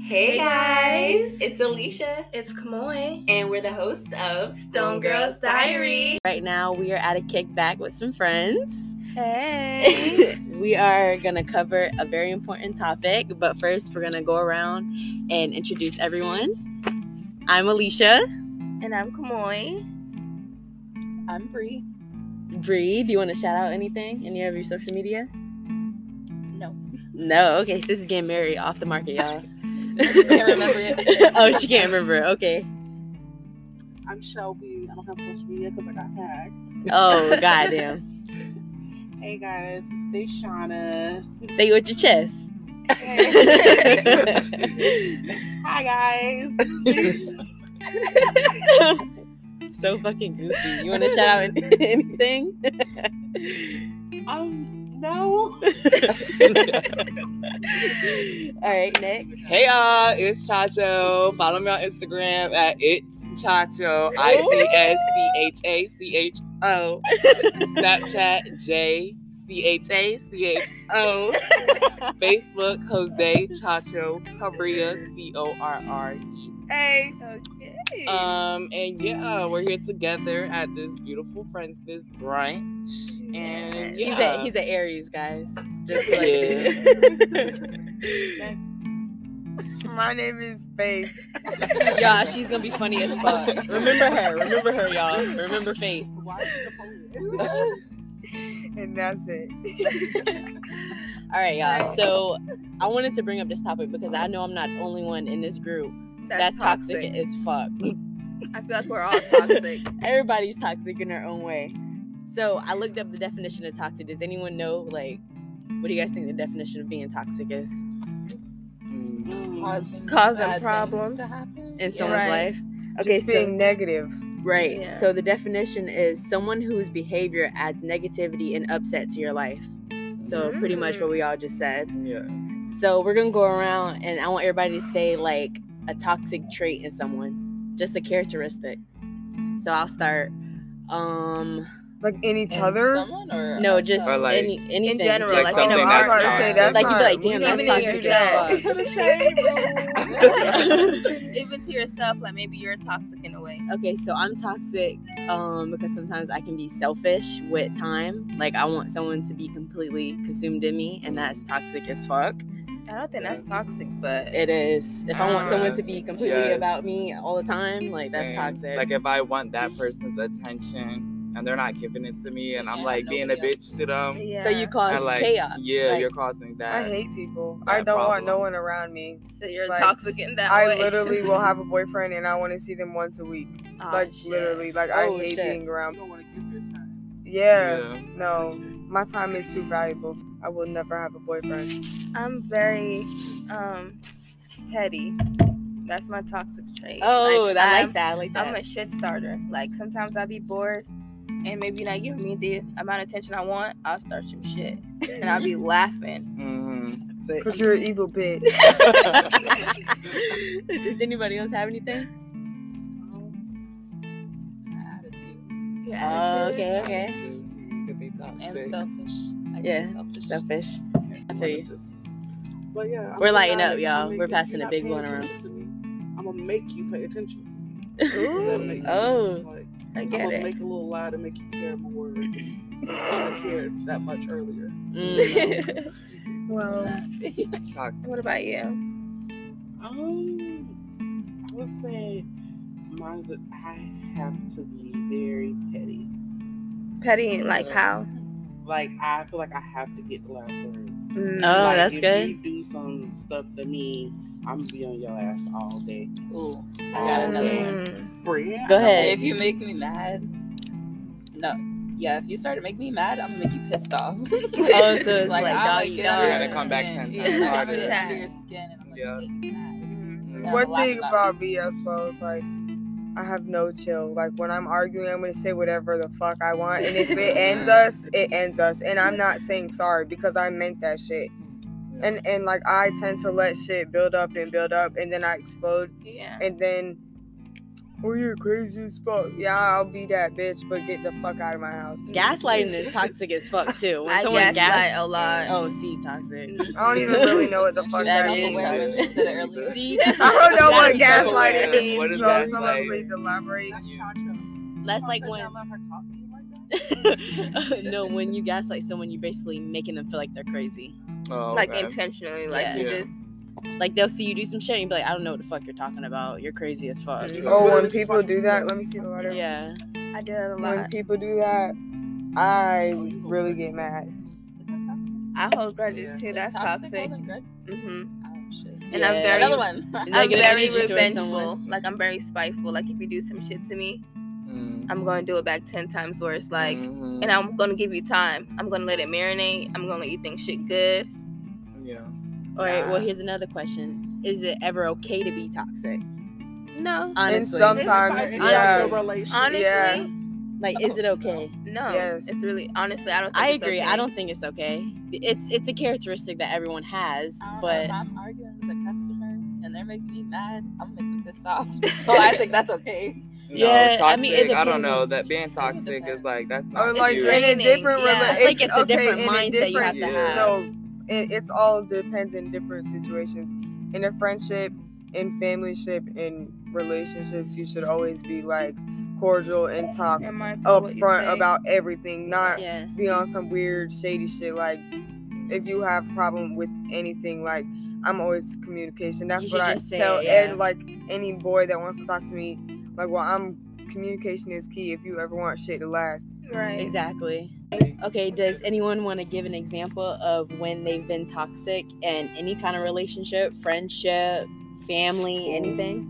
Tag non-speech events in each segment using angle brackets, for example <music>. Hey, Hey, guys. guys. it's Alicia, It's Kamoy. and we're the hosts of Stone Girls Diary. Right now, we are at a kickback with some friends. Hey. <laughs> we are going to cover a very important topic, but first, we're going to go around and introduce everyone. I'm Alicia. and I'm Kamoy. I'm Bree. Bree, do you want to shout out anything? Any of your social media? No. No. Okay, sis is getting married off the market, y'all. <laughs> just can't remember it. oh, she can't remember. Okay. <laughs> I'm Shelby. I don't have social media because I got hacked. Oh, goddamn. Hey guys, it's Deshana. Say it with your chest. <laughs> Hi guys. <laughs> This is Desha- so fucking goofy. You <laughs> want to shout out an- anything? um, no. All right, next. <laughs> Hey y'all, it's Chacho. Follow me on Instagram at it's Chacho. I C S C H A C H O. Snapchat J C H A C H O. Facebook Jose Chacho Correa C O R R E. Hey. Okay. Um and yeah, we're here together at this beautiful Friendsmas brunch. And yeah. He's a he's an Aries, guys. Just to let My name is Faith. you. <laughs> y'all, she's gonna be funny as fuck. <laughs> Remember her. Remember her, y'all. Remember Faith. Why is she the And that's it. All right, y'all. So I wanted to bring up this topic because I know I'm not the only one in this group. That's, toxic. as fuck. I feel like <laughs> we're all toxic. Everybody's toxic in their own way. So I looked up the definition of toxic. Does anyone know like what do you guys think the definition of being toxic is Mm. Polish? bad Causing things problems. to happen. in Yeah. someone's Right. life? Okay, Just being negative. Right. Yeah. So the definition is someone whose behavior adds negativity and upset to your life. So pretty much Mm. what we all just said. Yeah. So we're gonna go around and I want everybody to say like a toxic trait in someone, just a characteristic. So I'll start. Um, Like in each In other. Someone or no, just Or, like, any anything. in general, Like like, in something a that's art not- class. say that's like you'd be like, we damn, didn't that's even toxic hear as that. fuck. <laughs> Even to yourself, like maybe you're toxic in a way. <laughs> Okay, so I'm toxic um, because sometimes I can be selfish with time. Like I want someone to be completely consumed in me, and that's toxic as fuck. I don't think that's toxic, but It is. If I want Uh, someone to be completely yes. about me all the time, like that's Same. toxic. Like if I want that person's attention and they're not giving it to me, and I'm Yeah, like being a nobody bitch to them, yeah. So you I cause like chaos. yeah, Like- you're causing I that. hate people. that I don't want no problem. one around me. So you're Like, toxic in that I way. literally <laughs> will have a boyfriend and I want to see them once a week. Aw, Ah, like shit. literally, like I Oh, hate shit. being You around. don't want to give your time. <laughs> Yeah, Yeah. no, my time is too valuable. I will never have a boyfriend. I'm very um petty. That's my toxic trait. Oh, Like, I I'm, like that. I like that. I'm a shit starter. Like sometimes I'll be bored and maybe not giving me the amount of attention I want, I'll start some shit. And I'll be laughing. Mhm. Cause you're an evil bitch. Does anybody else have anything? Attitude Your Oh, attitude. okay, okay. Attitude could be toxic. and selfish. I guess Yeah, selfish. Selfish. I feel you. But yeah, I'm We're a lighting guy, up, y'all. I'm We're gonna make- you're passing a not big paying one around. attention to me. I'm gonna make you pay <laughs> attention. If that Ooh, makes sense. Oh. Like, I I'm get gonna <laughs> it. make a little lie to make you care <clears throat> more. You should have cared that much earlier. <laughs> Mm. Well, Toxic. what about you? Um, I would say mine's that I have to be very petty. Petty like how? Like I feel like I have to get the last word. Mm. Oh, Like, that's if good. You do some stuff to me, I'm gonna be on your ass all day. Ooh, I got another one. Mm. Brand, Go ahead. If you make me mad, no, yeah, if you start to make me mad, I'm gonna make you pissed off. <laughs> Oh, so it's like, I'll, doggy get under dog. your You're gonna come back skin. ten Yeah, times I'm harder. gonna get under your Yeah. skin, and I'm gonna Yeah. make you mad. Mm. Yeah, one laugh thing about about me, I suppose, like I have no chill. Like when I'm arguing, I'm gonna say whatever the fuck I want, and if it ends us, it ends us. And I'm not saying sorry because I meant that shit. And and like I tend to let shit build up and build up, and then I explode. Yeah. and then oh, you're crazy as fuck. Yeah, I'll be that bitch, but get the fuck out of my house. Gaslighting is toxic as fuck too. When I someone gaslight gaslight, a lot. oh, see, toxic. <laughs> I don't even really know what the fuck That that is what means. she said earlier. See, that's I don't know what That is gaslighting somewhere. means, What is so someone gaslighting? please elaborate. Mm-hmm. That's like when <laughs> no, when you gaslight someone, you're basically making them feel like they're crazy. Oh, Like okay. intentionally, like Yeah. you Yeah. just Like they'll see you do some shit and be like, I don't know what the fuck you're talking about. You're crazy as fuck. Mhm. Oh, when people do that, let me see the letter. Yeah. I did it a When lot. people do that, I really get mad. I hold grudges Yeah. too. That's toxic. Mm-hmm. Oh, shit. And I'm Yeah. very Another one. I'm Negative very energy towards someone. revengeful. Like I'm very spiteful. Like if you do some shit to me, Mm. I'm gonna do it back ten times worse. Like, Mhm. and I'm gonna give you time. I'm gonna let it marinate. I'm gonna let you think shit good. yeah. All right. Well, Nah. here's another question: Is it ever okay to be toxic? No, And Honestly, sometimes, yeah, honestly, Yeah. <laughs> like, is it okay? no. Yes. It's really honestly, I don't. Think I it's agree. I okay. <laughs> don't think it's okay. It's it's a characteristic that everyone has, I don't know, but if I'm arguing with a customer and they're making me mad, I'm gonna make them pissed off. <laughs> Oh, So I think that's okay. No, Yeah, toxic, I mean, it I don't depends know on- that being toxic is depends. like that's not Or like you. in Drake- a Draining, different yeah. rela- I think it's a okay, different in mindset you have to have. No, it, it's all depends in different situations. In a friendship, in familyship, in relationships, you should always be like cordial and talk Am I for what you upfront say? about everything, not yeah, be on some weird shady shit. Like if you have a problem with anything, like I'm always communication. That's You should what I just say tell it, yeah. and like any boy that wants to talk to me. Like, well, I'm communication is key. If you ever want shit to last. right. exactly. Okay, does anyone want to give an example of when they've been toxic in any kind of relationship, friendship, family, anything?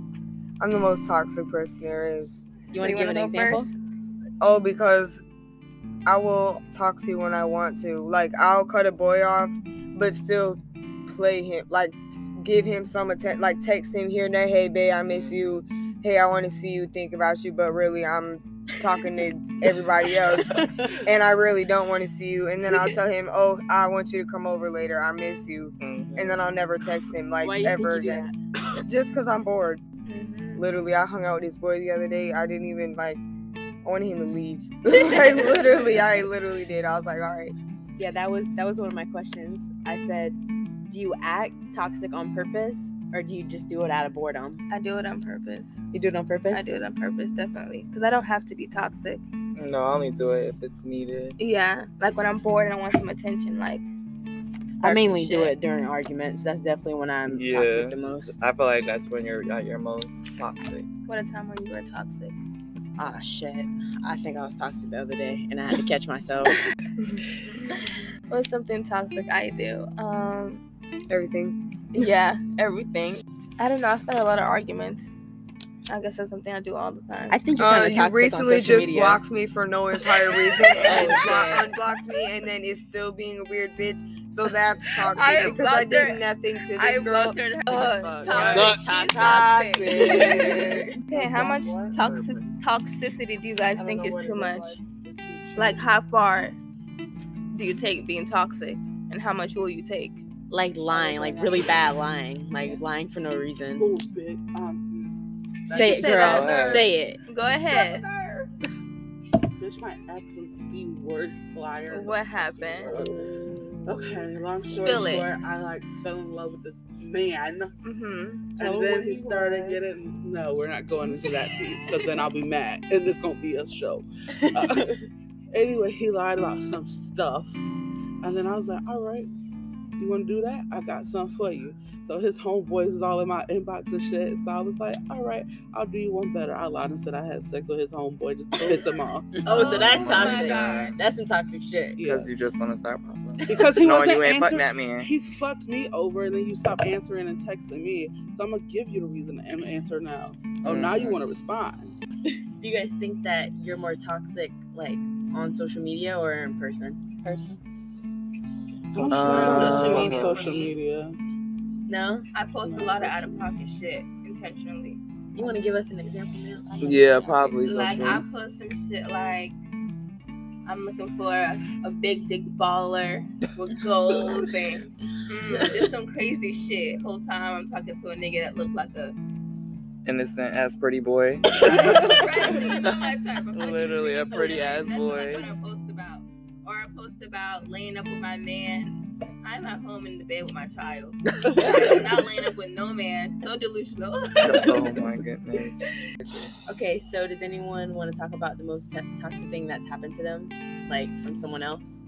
I'm the most toxic person there is. You want to you give an wanna go example? first? Oh, because I will talk to you when I want to. Like I'll cut a boy off, but still play him. Like give him some attention. Like text him here and there. Hey, babe, I miss you. Hey, I want to see you. Think about you. But really, I'm talking to everybody <laughs> else, and I really don't want to see you. And then I'll tell him, oh, I want you to come over later. I miss you. Mhm. And then I'll never text him like Why you think ever you do again. Just because I'm bored. Mhm. Literally, I hung out with this boy the other day. I didn't even like. I wanted him <laughs> to leave. <laughs> I literally, I literally did. I was like, all right. Yeah, that was that was one of my questions. I said, do you act toxic on purpose, or do you just do it out of boredom? I do it on purpose. You do it on purpose. I do it on purpose, definitely, because I don't have to be toxic. No, I only do it if it's needed. Yeah, like when I'm bored and I want some attention, like. I start mainly some do shit. it during arguments. That's definitely when I'm Yeah. toxic the most. I feel like that's when you're at your most toxic. What a time when you were toxic. Ah, shit. I think I was toxic the other day, and I had to catch myself. What's something toxic I do? Um, Everything. yeah, everything. I don't know. I start a lot of arguments. I guess that's something I do all the time. <laughs> I think you're Uh, kind of you toxic recently on social just media. blocked me for <laughs> no entire reason, and then Oh, not shit. unblocked me, and then it's still being a weird bitch. So that's <laughs> toxic I because I blocked her. did nothing to this girl. blocked her. Uh, Look, toxic. She's toxic. okay, how much toxic toxicity do you guys think is too much? Like, how far do you take being toxic, and how much will you take? like lying, like really bad lying, like lying for no reason. Cool, bitch. Um, Say it, Say girl. that. Say it. Go ahead. bitch, my ex is the worst liar. What happened? Okay, long story Spill it. short, I like fell in love with this man. Mm-hmm. And then he started getting. No, we're not going into that piece because then I'll be mad, and it's gonna be a show. <laughs> Uh, anyway, he lied about some stuff, and then I was like, "All right, you want to do that? I got something for you." So his homeboys is all in my inbox and shit. So I was like, "All right, I'll do you one better." I lied and said I had sex with his homeboy just to piss <laughs> him off. Oh, so that's Oh my toxic. God. That's some toxic shit. Yeah. Because you just want to start problems. <laughs> Because he Knowing wasn't you ain't fucking that answering- man. He fucked me over, and then you stop answering and texting me. So I'm gonna give you the reason and answer now. Oh, now you Mhm. want to respond? Do you guys think that you're more toxic, like on social media or in person? Person. I'm sure Uh, it's on social media. No. I post a lot of out of pocket shit intentionally. You want to give us an example now? Yeah, probably Like social. I post some shit like I'm looking for a, a big dick baller with <laughs> goals and <laughs> mm, just some crazy shit. Whole time I'm talking to a nigga that looked like a innocent ass pretty boy. <laughs> Literally a pretty ass boy. That's what I post about. Or I post about laying up with my man. I'm at home in the bed with my <laughs> child. I'm not laying up with no man. So delusional. <laughs> <laughs> oh my goodness. Okay, so does anyone want to talk about the most to- toxic thing that's happened to them, like from someone else,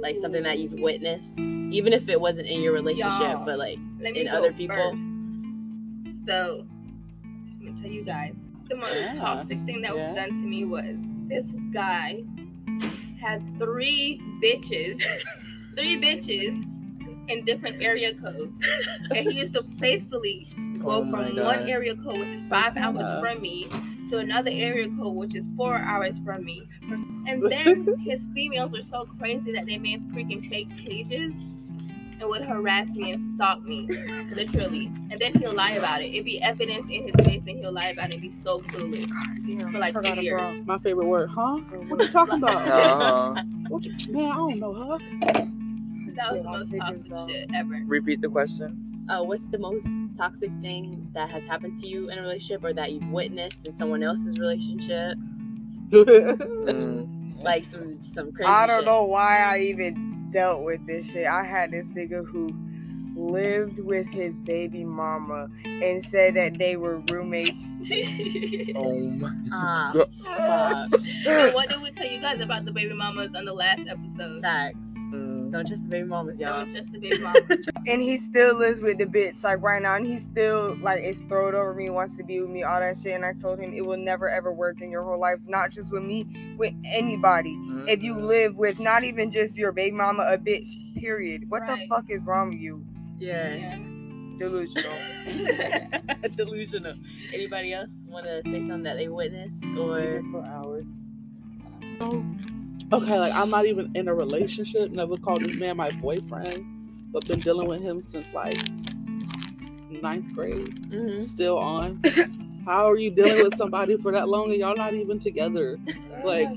like something that you've witnessed, even if it wasn't in your relationship, Y'all. but like Let me in go other people? first. So I'm gonna tell you guys the most Yeah. toxic thing that Yeah. was done to me was this guy had three bitches, <laughs> three bitches in different area codes, and he used to faithfully go Oh my from God. one area code, which is five hours Yeah. from me, to another area code, which is four hours from me. And then his females were so crazy that they made freaking fake pages and would harass me and stalk me, literally. And then he'll lie about it. It'd be evidence in his face, and he'll lie about it. and be so clueless for like two years. My favorite word, huh? What you talking about? Uh-huh. What you- man, I don't know, huh? That was the most toxic shit ever. <laughs> <laughs> Repeat the question. <laughs> Uh, what's the most toxic thing that has happened to you in a relationship, or that you've witnessed in someone else's relationship, <laughs> Mm. like some some crazy? I don't shit? know why I even dealt with this shit. I had this nigga who lived with his baby mama and said that they were roommates. Oh my. Ah, Go- fuck. and what did we tell you guys about the baby mamas on the last episode? facts. Mm. Don't trust the baby mamas, y'all. Don't trust the baby mamas. And he still lives with the bitch like right now and he still like is throwed over me, wants to be with me, all that shit. And I told him it will never ever work in your whole life, not just with me, with anybody. If you live with not even just your baby mama, a bitch, period. What the Right. fuck is wrong with you? Yeah. Yeah. Delusional. Mm. Delusional. Anybody else want to say something that they witnessed or? for hours. Okay, like I'm not even in a relationship. Never called this man my boyfriend, but been dealing with him since like ninth grade. Mhm. Still on. How are you dealing with somebody for that long and y'all not even <laughs> together? Like,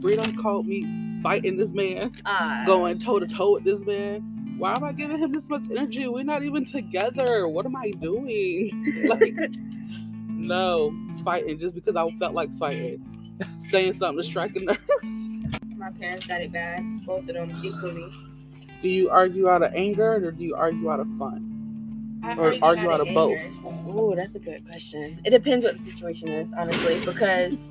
Freedom called me fighting this man, Ah, going toe to toe with this man. Why am I giving him this much energy? We're not even together. What am I doing? <laughs> like, no, fighting just because I felt like fighting. Saying something to strike a nerve. My parents got it bad, both of them equally. Do you argue out of anger or do you argue out of fun? I Or argue out got of it both? anger. Oh, that's a good question. It depends what the situation is, honestly, because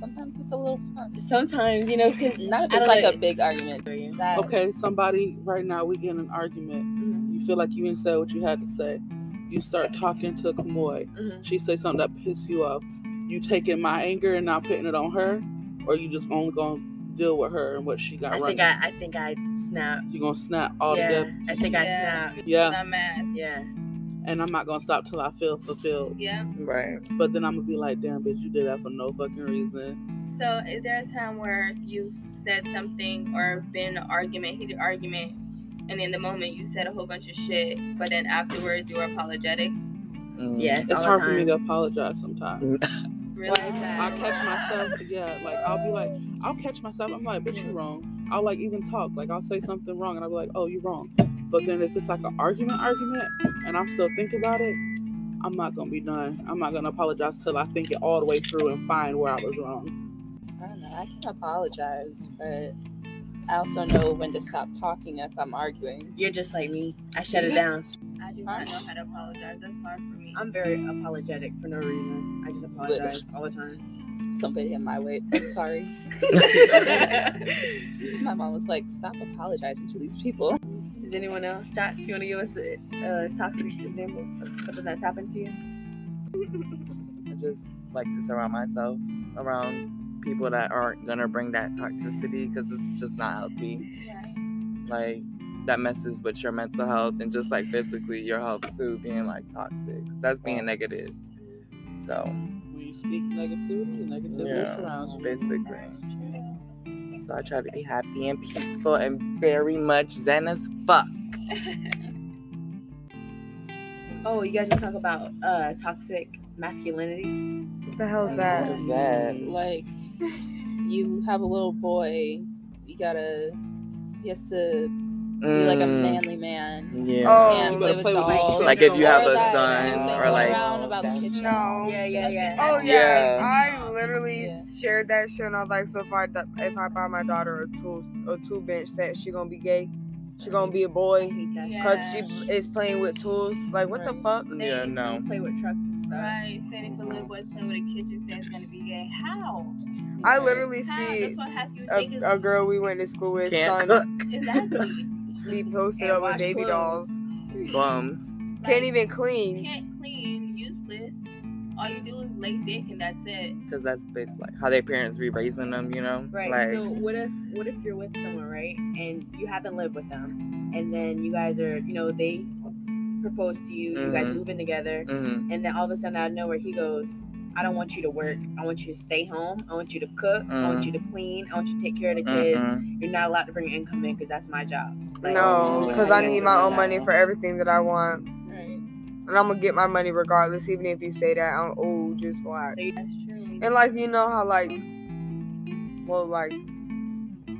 Sometimes it's a little fun. sometimes you know, because Not if I it's don't like know. a big argument. That mm, Okay, somebody right now we get in an argument. You feel like you didn't say what you had to say. You start talking to Kamoy. Mhm. She say something that piss you off. You taking my anger and not putting it on her, or you just only gonna deal with her and what she got I running. think I, I think I snap. you gonna snap all yeah, together. I think I Yeah. snap. Yeah, I'm mad. Yeah, and I'm not gonna stop till I feel fulfilled. Yeah. Right. But then I'm gonna be like, damn, bitch, you did that for no fucking reason. So, is there a time where you said something or been in an argument, heated argument, and in the moment you said a whole bunch of shit, but then afterwards you were apologetic? Mm. yes. It's all hard the for me time. to apologize sometimes. Realize I Um, that. catch myself, yeah, like I'll be like, I'll catch myself. I'm like, bitch, you wrong. I'll like even talk, like I'll say something wrong, and I'll be like, oh, you wrong. But then if it's like an argument, argument, and I'm still thinking about it, I'm not gonna be done. I'm not gonna apologize till I think it all the way through and find where I was wrong. I don't know. I can apologize, but I also know when to stop talking if I'm arguing. You're just like me. I shut it down. I do not know how to apologize. That's hard for me. I'm very apologetic for no reason. I just apologize all the time. <laughs> Somebody in my way. I'm sorry. my mom was like, "Stop apologizing to these people." Is anyone else? Jack, do you want to give us a, a toxic example of something that's happened to you? I just like to surround myself around people that aren't gonna bring that toxicity because it's just not healthy. Like that messes with your mental health and just like physically your health too. Being like toxic, that's being negative. So When you speak negativity, negativity Yeah. surrounds you. basically, so I try to be happy and peaceful and very much zen as fuck. Oh, you guys want to talk about uh, toxic masculinity? What the hell's What that? is that? Like, you have a little boy, you gotta, he has to be like a manly man. Yeah. Oh. and You gotta live play with with these dolls. children. Mm. Like if you have Or a that son thing or that's like- around about the kitchen. No. Yeah, yeah, yeah. Oh Yeah. yeah, I literally Yeah. shared that shit, and I was like, so if I d- if I buy my daughter a two a two bench set, she gonna be gay, she gonna be a boy, cause she is playing with tools. Like what the fuck? Yeah, no. Play with trucks and stuff. Right, saying if a little boy playing with a kitchen set is gonna be gay. How? I literally How? That's see what half you think a, a girl we went to school with Can't son cook. exactly. be <laughs> posted And up with wash baby clothes. dolls, Bums. Like, can't even clean. Can't clean, useless. All you do is lay dick and that's it. Because that's basically like how their parents be raising them, you know? Right. Like, so what if what if you're with someone, right? And you haven't lived with them, and then you guys are, you know, they propose to you, you guys Mhm. moving together, mhm. and then all of a sudden out of nowhere he goes, I don't want you to work. I want you to stay home. I want you to cook. I want Mhm. you to clean. I want you to take care of the kids. Mm-mm. You're not allowed to bring income in because that's my job. Like, No, what because do you I guys need do my about own that? money for everything that I want, Right. and I'm gonna get my money regardless, even if you say that I'm oh just watch. So you- That's true. And like you know how like well like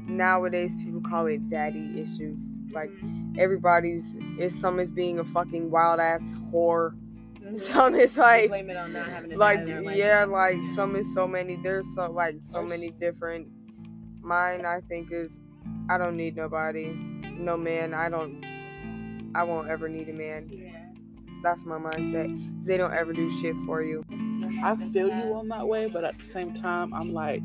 nowadays people call it daddy issues. Like everybody's is some is being a fucking wild ass whore. <laughs> Mm-hmm. Some is You like blame it on not having a dad like in their life. yeah, like some is so many there's so like so many different mine I think is I don't need nobody. No man, I don't I won't ever need a man. Yeah. That's my mindset. 'Cause They don't ever do shit for you. I feel you on that way, but at the same time, I'm like,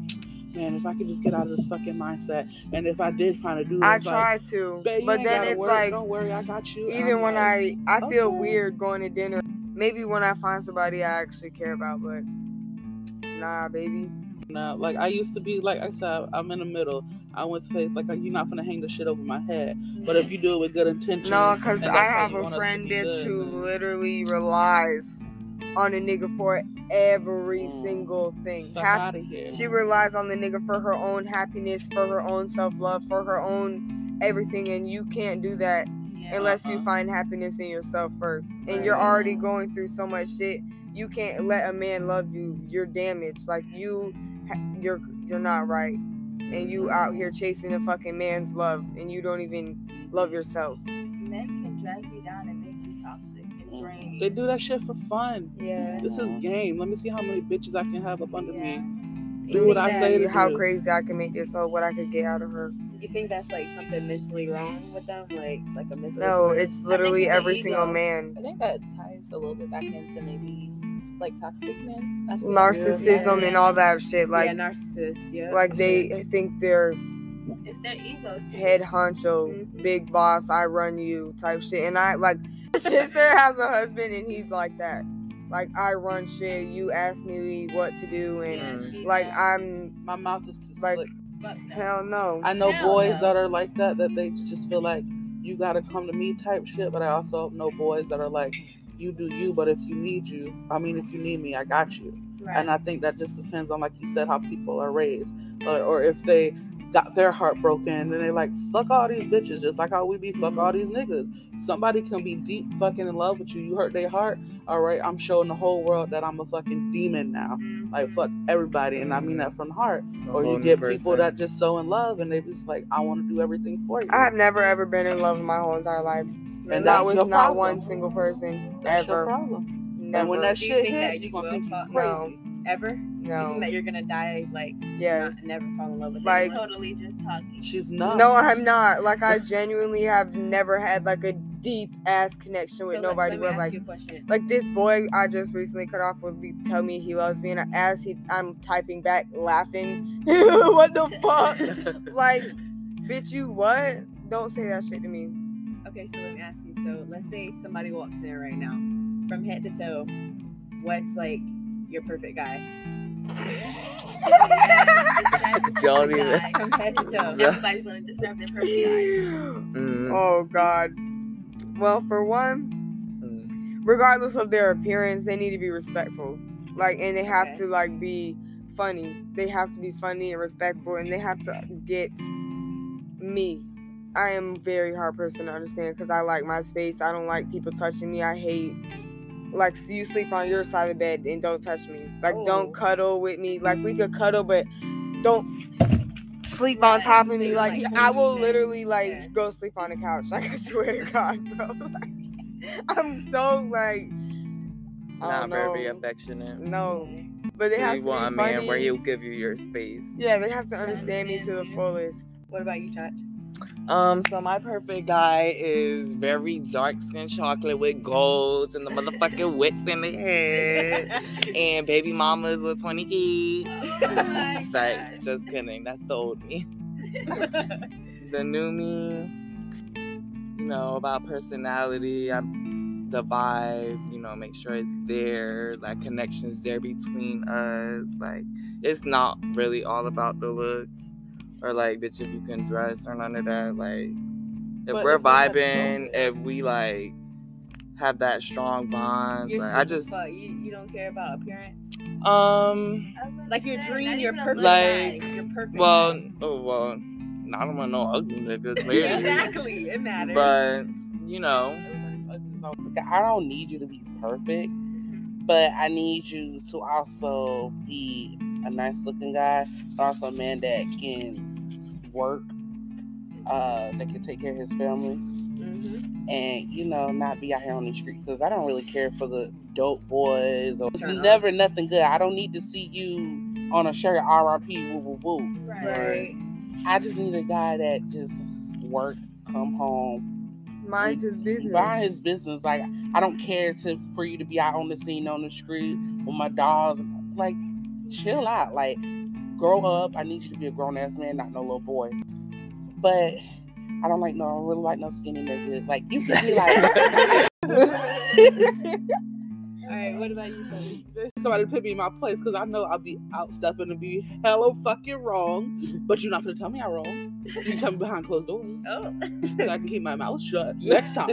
man, if I could just get out of this fucking mindset, and if I did find a dude, I that's like, try to, "Babe, you but ain't then gotta it's worry, like don't worry, I got you. even when I I feel okay. weird going to dinner. Maybe when I find somebody I actually care about, but nah, baby. No, like I used to be, like I said, I'm in the middle. I went to faith, like you're not gonna hang the shit over my head. But if you do it with good intentions, No, cause and that's I how have you want us a to friend be bitch good, who then- literally relies on a nigga for every Mm. single thing. Fuck Hap- outta here. she relies on the nigga for her own happiness, for her own self love, for her own everything, and you can't do that unless you Uh-uh. find happiness in yourself first. And Right. you're already going through so much shit. You can't let a man love you. You're damaged. Like you, ha- you're you're not right. And you out here chasing a fucking man's love, and you don't even love yourself. Men can drag you down and make you toxic and drain They you. do that shit for fun. Yeah. This is game. Let me see how many bitches I can have up under Yeah. me. You Do what I think say that- to How do. crazy I can make this whole what I could get out of her. You think that's like something mentally wrong with them, like like a mental? No, disorder? it's literally it's the every single ego. man. I think that ties a little bit back into maybe like toxic men. That's what I feel. Narcissism and all that shit. yeah, Like narcissist. Yeah. like they Mm-hmm. think they're It's their ego. head honcho, Mm-hmm. big boss, I run you type shit. And I like <laughs> my sister has a husband and he's like that. Like I run shit, you ask me what to do and like I'm My mouth is too Like- slick. hell no. I know Hell boys no. that are like that that they just feel like you gotta come to me type shit, but I also know boys that are like you do you, but if you need you, I mean if you need me, I got you. And I think that just depends on like you said how people are raised, or, or if they got their heart broken and they like fuck all these bitches, just like how we be fuck all these niggas. Somebody can be deep fucking in love with you. You hurt their heart. All right, I'm showing the whole world that I'm a fucking demon now. Like fuck everybody, and I mean that from the heart or you get people <laughs> that just so in love and they just like I want to do everything for you. I have never ever been in love in my whole entire life. and not that's with your not problem. one single person that's your ever. problem. Never. And when that Do you shit think that hit, you you gonna will think you fuck- crazy. ever. You no. think that you're gonna die like Um, Yes. not, never fall in love with Like- anyone? totally just talking. She's not. No, I'm not. Like I genuinely have never had like a deep ass connection with So, let- nobody Let me where ask like you a question. like this boy I just recently cut off would be tell me he loves me, and as he I'm typing back laughing, <laughs> what the fuck? like, bitch, you what? Don't say that shit to me. Okay, so let me ask you. So let's say somebody walks in right now, from head to toe, what's like your <laughs> perfect guy? Don't even. From head to toe. Yeah. Everybody's gonna describe their personality. Mm, oh God. Well, for one, mm. regardless of their appearance, they need to be respectful. Like, and they have Okay. to like be funny. They have to be funny and respectful, and they have to get me. I am a very hard person to understand because I like my space. I don't like people touching me. I hate like so you sleep on your side of the bed and don't touch me. Like, Oh. don't cuddle with me. Like, we could cuddle, but don't sleep on top of me. you're, Like, like, I will sleeping. literally like Yeah. go sleep on the couch. <laughs> Like I swear to God, bro. Like, <laughs> I'm so like I Not don't know. very affectionate. No, but they So have you to want a be man funny. where he'll give you your space. yeah, they have to understand me to the Understand you. fullest. What about you, <laughs> Chach? Um, so my perfect guy is very dark skin chocolate with golds and the motherfucking wits in the head. <laughs> and baby mamas with 20 kids. Oh my Sorry, <laughs> God. just kidding. That's the old me. the new me, you know, about personality, I, the vibe, you know, make sure it's there, like connections there between us. Like, it's not really all about the looks or like, bitch, if you can dress or none of that. Like, if But we're if we have vibing, something. if we like have that strong bond, You're like, I simple just, as fuck. You, you don't care about appearance. I um, was about Like to your say, dream, not your even a perfect. little Like, guy. your perfect. Well, guy. oh well, I don't want no ugly nigga, Yeah, clearly. exactly. It matters. but you know, Everybody's ugly, so I'm like, I don't need you to be perfect, but I need you to also be a nice looking guy, but also a man that can work, uh, that can take care of his family, Mm-hmm. Mhm. and you know, not be out here on the street because I don't really care for the dope boys or it's Turn off. never nothing good. I don't need to see you on a shirt RRP woo woo woo. Right. Right. I just need a guy that just work, come home, Mind his business. Mind his business. Like I don't care to for you to be out on the scene on the street with my dogs. Like, chill out. Like, grow up. I need you to be a grown ass man, not no little boy. But I don't like no. I don't really like no skinny nigga. Like you feel me? Like All right. What about you, Cody? somebody put me in my place because I know I'll be out stuffing and be hello fucking wrong. But you're not gonna tell me I'm wrong. You tell me behind closed doors. Oh. so I can keep my mouth shut next <laughs> time.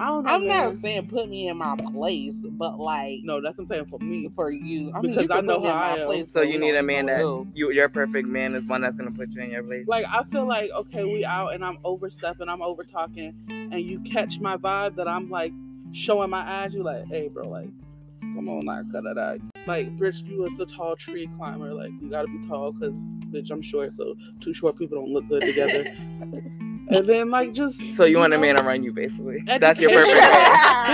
I don't know. I'm not man. saying put me in my place, but like No, that's what I'm saying for me. for you, I mean, Because you I can know put me in how I my am. place. so but we you need don't a man know that who. you your perfect man is one that's gonna put you in your place. Like I feel like okay, we out and I'm overstepping, I'm over talking, and you catch my vibe that I'm like showing my eyes. You like, hey, bro, like, come on, like, cut it out. Like, bitch, you was a tall tree climber. Like, you gotta be tall because, bitch, I'm short. So two short people don't look good together. and then like just so you want a know, man around you, basically. Education. That's your perfect. man.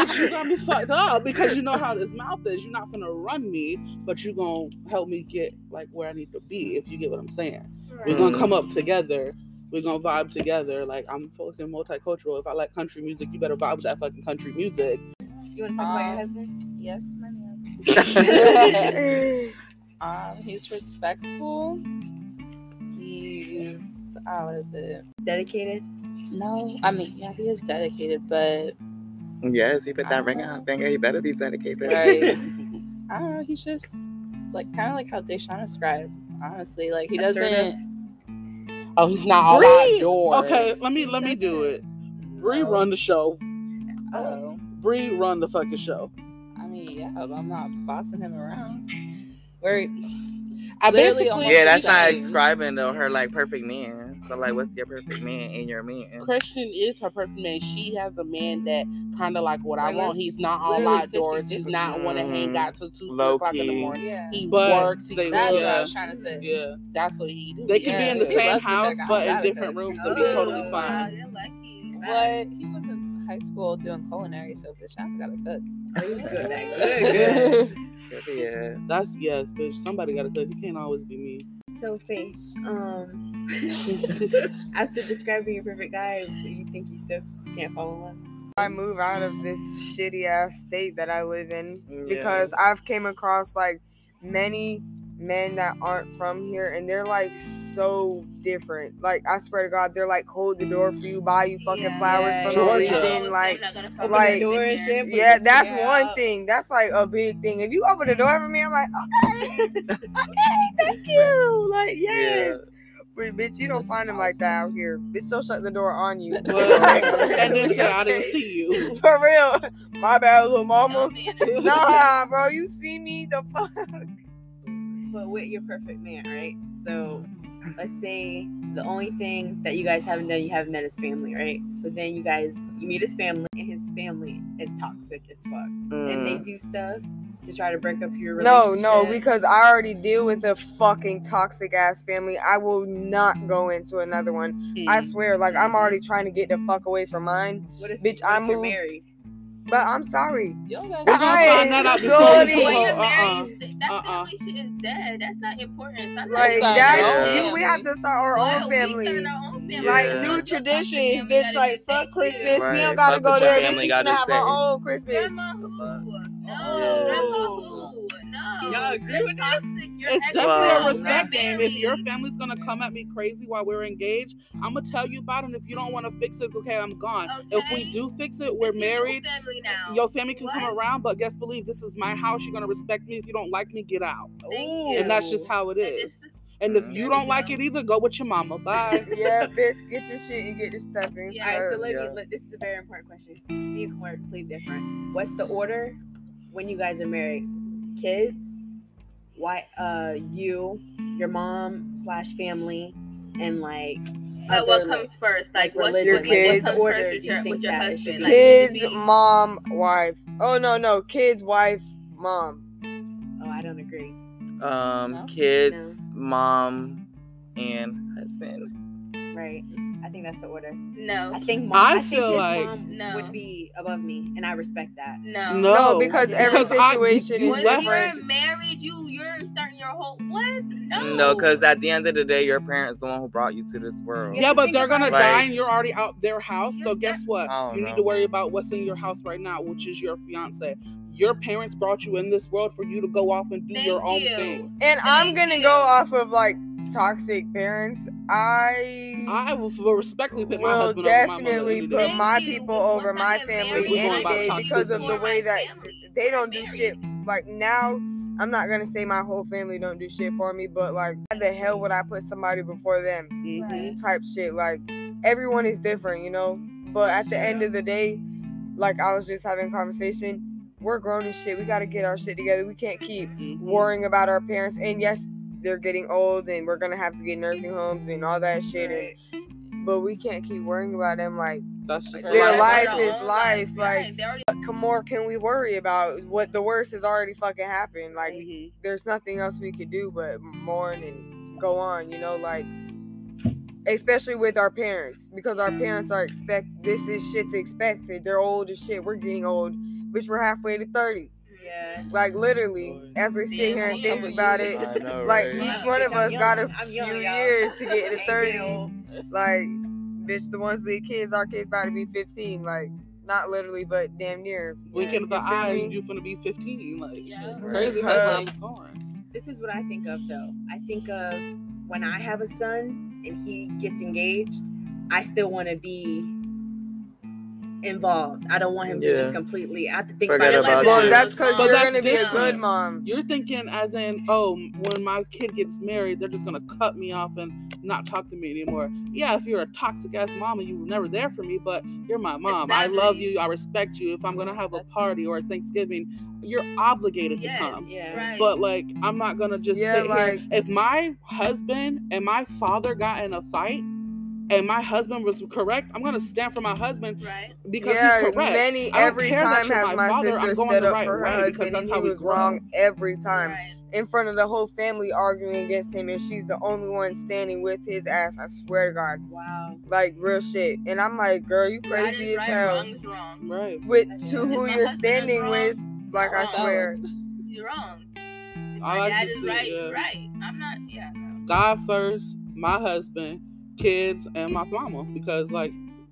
Bitch, <laughs> you gonna be fucked up because you know how this mouth is. You're not gonna run me, but you gonna help me get like where I need to be. If you get what I'm saying. We're Right. gonna come up together. We're gonna vibe together. Like I'm fucking multicultural. If I like country music, you better vibe with that fucking country music. You want to talk about your Um, husband? Yes, my man. <laughs> Um, he's respectful. He's uh, what is it? Dedicated. No, I mean, yeah, he is dedicated, but yes, he put that ring on. Think he better be <laughs> dedicated. right. I don't know. He's just like kind of like how Deshaun described. Honestly, like he Assertive. doesn't. Oh, he's not all Bree! outdoors. Okay, let me let me do it. Bree run the show. Oh, Bree run the fucking show. I mean, yeah, but I'm not bossing him around. We're I Literally basically almost Yeah, that's not Same. describing though her like perfect man. So like, what's your perfect man and your man? Christian is her perfect man. She has a man that kind of like what I Like, want. He's not all literally outdoors. He's 50-50. not want to hang Mm-hmm. out till two three Low o'clock in the key. morning. yeah. He But works. He they- That's what I cooks. was trying to say. Yeah, That's what he do. they can Yeah, be in the he same loves to house cook. I'm but in proud of different him. rooms and be totally Oh, wow, fine. you're lucky. What? Nice. He was in high school doing culinary, so Deshaun got a cook. <laughs> Yeah. That's yes, bitch. Somebody gotta cook. It can't always be <laughs> me. So Faith, um, <laughs> after describing your perfect guy, you think you still can't follow one? I move out of this shitty ass state that I live in Mm, because I've came across like many men that aren't from here and they're like so different. Like I swear to God, they're like hold the door for you, buy you fucking Yeah. flowers for no Georgia. reason. Like open like- door and shit, but- yeah, that's Yeah. one thing. That's like a big thing. If you open the door for me, I'm like, okay, <laughs> okay, thank you. Like <laughs> yes. But bitch, you don't That's find them like that out here. Bitch, they'll shut the door <laughs> on you. But- and then say I didn't see you. <laughs> For real. My bad, little <laughs> mama. no. Nah, bro, you see me the <laughs> fuck. but with your perfect man, right? So let's say the only thing that you guys haven't done you haven't met his family right so then you guys you meet his family and his family is toxic as fuck and they do stuff to try to break up your Mm. No, relationship no, because I already deal with a fucking toxic ass family. I will not go into another one. Hmm. I swear, like I'm already trying to get the fuck away from mine. what if, bitch, what I if you're moved. married But I'm sorry. <laughs> Y'all guys gonna find that I out am before we Going go. sorry. to Uh-uh. marry, that Uh-uh. family shit is dead. That's not important. Stop Like that shit. sorry. that's Yeah. you. We have to start our Well, own we family. started our own family. Like Fuck new the toxic traditions, family bitch. that Like is fuck there. Christmas. We Right, don't gotta fuck go what there. your family Bitch, gotta I have my say. own Christmas. Grandma who? No, Oh. grandma who? No. Y'all agree with That's us? toxic. You're <laughs> It's acting definitely wrong. a respect You're game. If your married. family's gonna come at me crazy while we're engaged, I'm gonna tell you about it. And if you don't want to fix it, okay, I'm gone. If we Okay. do fix it, we're This is your married. Family now. Your family can come What? around, but guess believe this is my house. You're gonna respect me. If you don't like me, get out. Thank Ooh. you. And that's just how it That is. just- And if you Yeah. don't like it either, go with <laughs> your mama. Bye. yeah, bitch, get your shit and get your stuff in. Yeah, all right so because- let me yeah. let, this is a very important question so me and Kamar are completely different what's the order when you guys are married kids why uh you your mom slash family and like Like Uh, what other, like, comes first? Like like what's religion, your Like, kids? what comes Order, first with do you your, think with your that it should husband? be? Like, kids, should be- mom, wife. Oh no, no, kids, wife, mom. Oh, I don't agree. Um, No? kids, mom, and husband. Right. I think that's the order. I No. think mom, I I, think feel his like- mom No. would be above me, and I respect that. No. No, No, because every because I- situation you is Once left- you're different. married, you you're starting your whole what? No. No, because at the end of the day, your parents the one who brought you to this world. Yeah, but they're gonna Like- die, and you're already out their house. So You're guess what? I don't You know. need to worry about what's in your house right now, which is your fiance. Your parents brought you in this world for you to go off and do Thank your own you. thing. And I'm Thank gonna you. go off of like toxic parents. I I will will respectfully put my will husband over my mother definitely any put day. Thank my you. people Once over I my get family married, any We're day about because of toxicity. the way that Family. they don't do Married. shit. Like now, I'm not gonna say my whole family don't do shit for me, but like, why the hell would I put somebody before them? Mhm. type shit. Like everyone is different, you know. But at the end of the day, like I was just having a conversation, we're grown as shit. We gotta get our shit together. We can't keep Mm-hmm. worrying about our parents. And yes, they're getting old, and we're gonna have to get nursing homes and all that shit. and- but we can't keep worrying about them. Like That's just their life. life Their is own life. Like Right, they already what more can we worry about? What the worst has already fucking happened. Like Mhm. there's nothing else we could do but mourn and go on, you know, like especially with our parents because our parents are expect this is shit's expected. They're old as shit. We're getting old, which we're halfway to 30. Yeah. Like literally, as we sit here and think about it, I know, like right? each one of us got a few years <laughs> to get <laughs> to 30. Like bitch, the ones with kids, our kids about to be 15, like not literally but damn near. Winking of the You feel eye, me? you finna be 15. Like, Yeah. shit, crazy how Right. time's going. This is what I think of though. I think of when I have a son and he gets engaged, I still want to be involved. I don't want him to Yeah. just completely. I have to think Forget about about, it. Well, Well, you. that's cuz But you're that's going to be a different. good mom. You're thinking as in, oh, when my kid gets married, they're just gonna cut me off and not talk to me anymore. Yeah, if you're a toxic ass mom and you were never there for me, but you're my mom. I love you. I respect you. If I'm gonna have a That's- party or a Thanksgiving, you're obligated Yes. to come. Yeah. right. But like, I'm not gonna just Yeah, sit like- here. If my husband and my father got in a fight, and my husband was correct, I'm gonna stand for my husband right. because yeah, he's correct. many I don't every care that time you're has my my father, I'm sister going stood the up right for her way because husband, that's and how he we was grow. wrong every time Right. in front of the whole family arguing against him, and she's the only one standing with his ass. I swear to God, Wow. like real shit. And I'm like, girl, you Right crazy is as right, hell. wrong is wrong. Right. With <laughs> If to my who you're husband is standing wrong, with, like I I'm swear, You're wrong. If I my like dad to is see, right, yeah. right. I'm not. Yeah. no. God first, my husband, kids, and my mama because like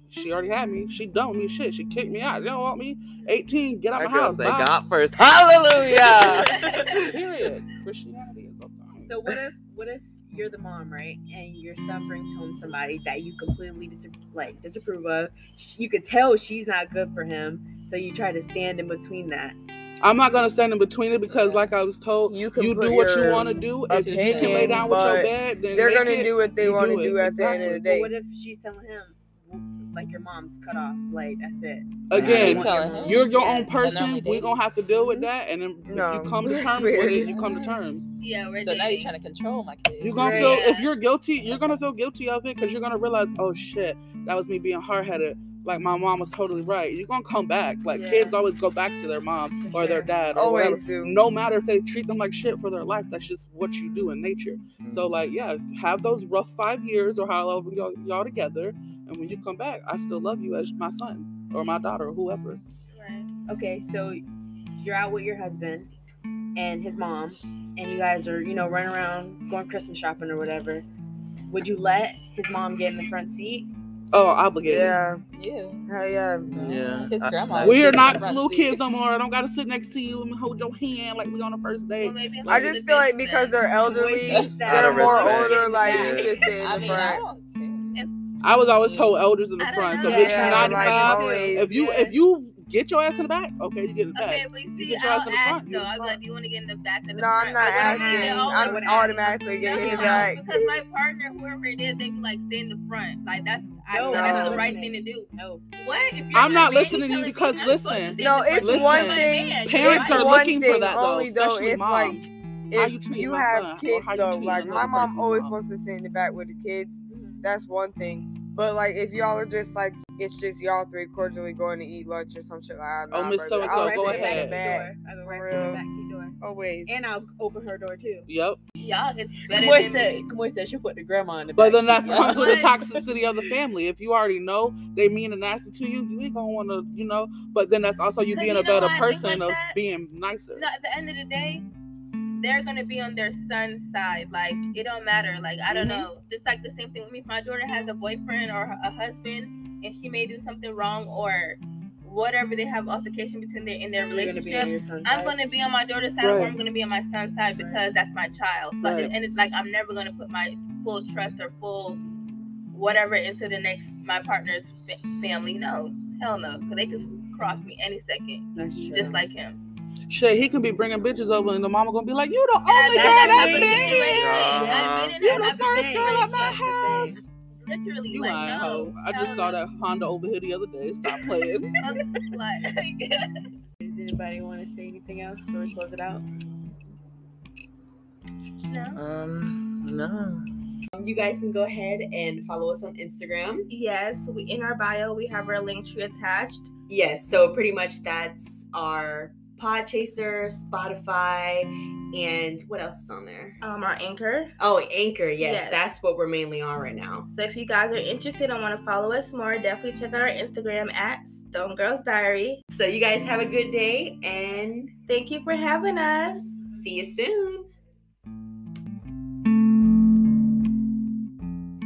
she already had me. She dumped me. Shit, she kicked me out. They don't want me. 18, get out That my girl house. said bye. God first. Hallelujah. <laughs> Period. Christianity is up there. So what if what if you're the mom, right? And your son brings home somebody that you completely dis- like disapprove of. Sh- You could tell she's not good for him, so you try to stand in between that. I'm not gonna stand in between it because, like I was told, you you, can put do what you your want to do. If you can lay opinion, down with your but bed, then They're make gonna it. do what they you want to do it, do at the end of the exactly. day. But what if she's telling him, like your mom's cut off. Like that's it. Again, You telling him? you're your Yeah, own I person. normally We're date. gonna have to deal with that, and then No, if you come to that's terms with it. weird. You come to terms. Yeah, we're So now you're dating. trying <laughs> to control my kids. You're gonna Right. feel if you're guilty. You're gonna feel guilty of it because you're gonna realize, oh shit, that was me being hard headed. Like my mom was totally right. You're gonna come back. Like Yeah. kids always go back to their mom For or their sure. dad. Or whatever. Always do. No matter if they treat them like shit for their life, that's just what you do in nature. So like, yeah, have those rough five years or however y'all, y'all together, and when you come back, I still love you as my son or my daughter or whoever. Right. Okay, so you're out with your husband and his mom, and you guys are you know running around going Christmas shopping or whatever. Would you let his mom get in the front seat? Oh, obligated. Yeah. Yeah. Hell yeah. Yeah. His I- grandma. We are was not in the little front kids seat. no more. I don't gotta sit next to you and hold your hand like we on the first Well, date. maybe <laughs> I I'm just feel like defensive because then. they're elderly, Wait, that- they're more respect. older. Like you Yeah. can sit in I the mean, I front. don't care. I was always told elders in the I don't front. So know. bitch, Yeah, you not like, five. always. If you if you get your ass in the back, okay, you get in the back. Okay, but you see, get your I'll ass in the front, ask you're though. in I'll be front. like, do you want to get in the back of the No, I'm front? not But when I see they asking. all I'm would ask. automatically getting in the No, back. Because my partner, whoever it is, they be like, stay in the front. Like, that's, I No, know that's no. the right thing to do. No. What? If you're I'm not married, listening to you're you telling me because I'm supposed to listen. stay in No, the front it's because one I'm a thing- man. You're right. Parents are It's one looking for thing that though, only, though, especially if, moms. like, how If you you, treat my have son or kids how you though, treat like my another mom person's always mom. wants to sit in the back with the kids. That's one thing. But like if y'all are just like it's just y'all three cordially going to eat lunch or some shit like that. Oh, nah, Miss brother, So-and-so, I'll go sit in the ahead. back. I go For right through the real. back seat door, Always. and I'll open her door too. Yep. Y'all, it's better Kamoy than said, me. Kamoy said she put the grandma in the But back. then that seat. comes with the What? toxicity of the family. If you already know they mean and nasty to you, you ain't gonna want to, you know. But then that's also you Cause being you a know better why I think person like of that? being nicer. No, at the end of the day, they're gonna be on their son's side. Like it don't matter. Like I don't Mm-hmm. Mhm. know. Just like the same thing with me. If my daughter has a boyfriend or a husband, and she may do something wrong or whatever, they have altercation between their in their You're gonna be on relationship. your son's I'm side. gonna be on my daughter's side, or Right. I'm gonna be on my son's side because Right. that's my child. So Right. and, and it's like I'm never gonna put my full trust or full whatever into the next my partner's fa- family. No, hell no, because they could cross me any second, That's true. just like him. Shit, he can be bringing bitches over, and the mama gonna be like, "You the And only girl I've that's been in that been here. situation. I've been in You that the type of first girl at my That's the house." literally You like lying, no. hoe. I just <laughs> saw that Honda over here the other day. Stop playing. Like, Does anybody want to say anything else before we close it <laughs> out? no. Um, no. You guys can go ahead and follow us on Instagram. Yes, we in our bio we have our link tree attached. Yes, so pretty much that's our Podchaser, Spotify, and what else is on there? Um, our anchor. Oh, Anchor. Yes, Yes. that's what we're mainly on right now. So if you guys are interested and want to follow us more, definitely check out our Instagram at Stone Girls Diary. So you guys have a good day and Thank you for having us. see you soon.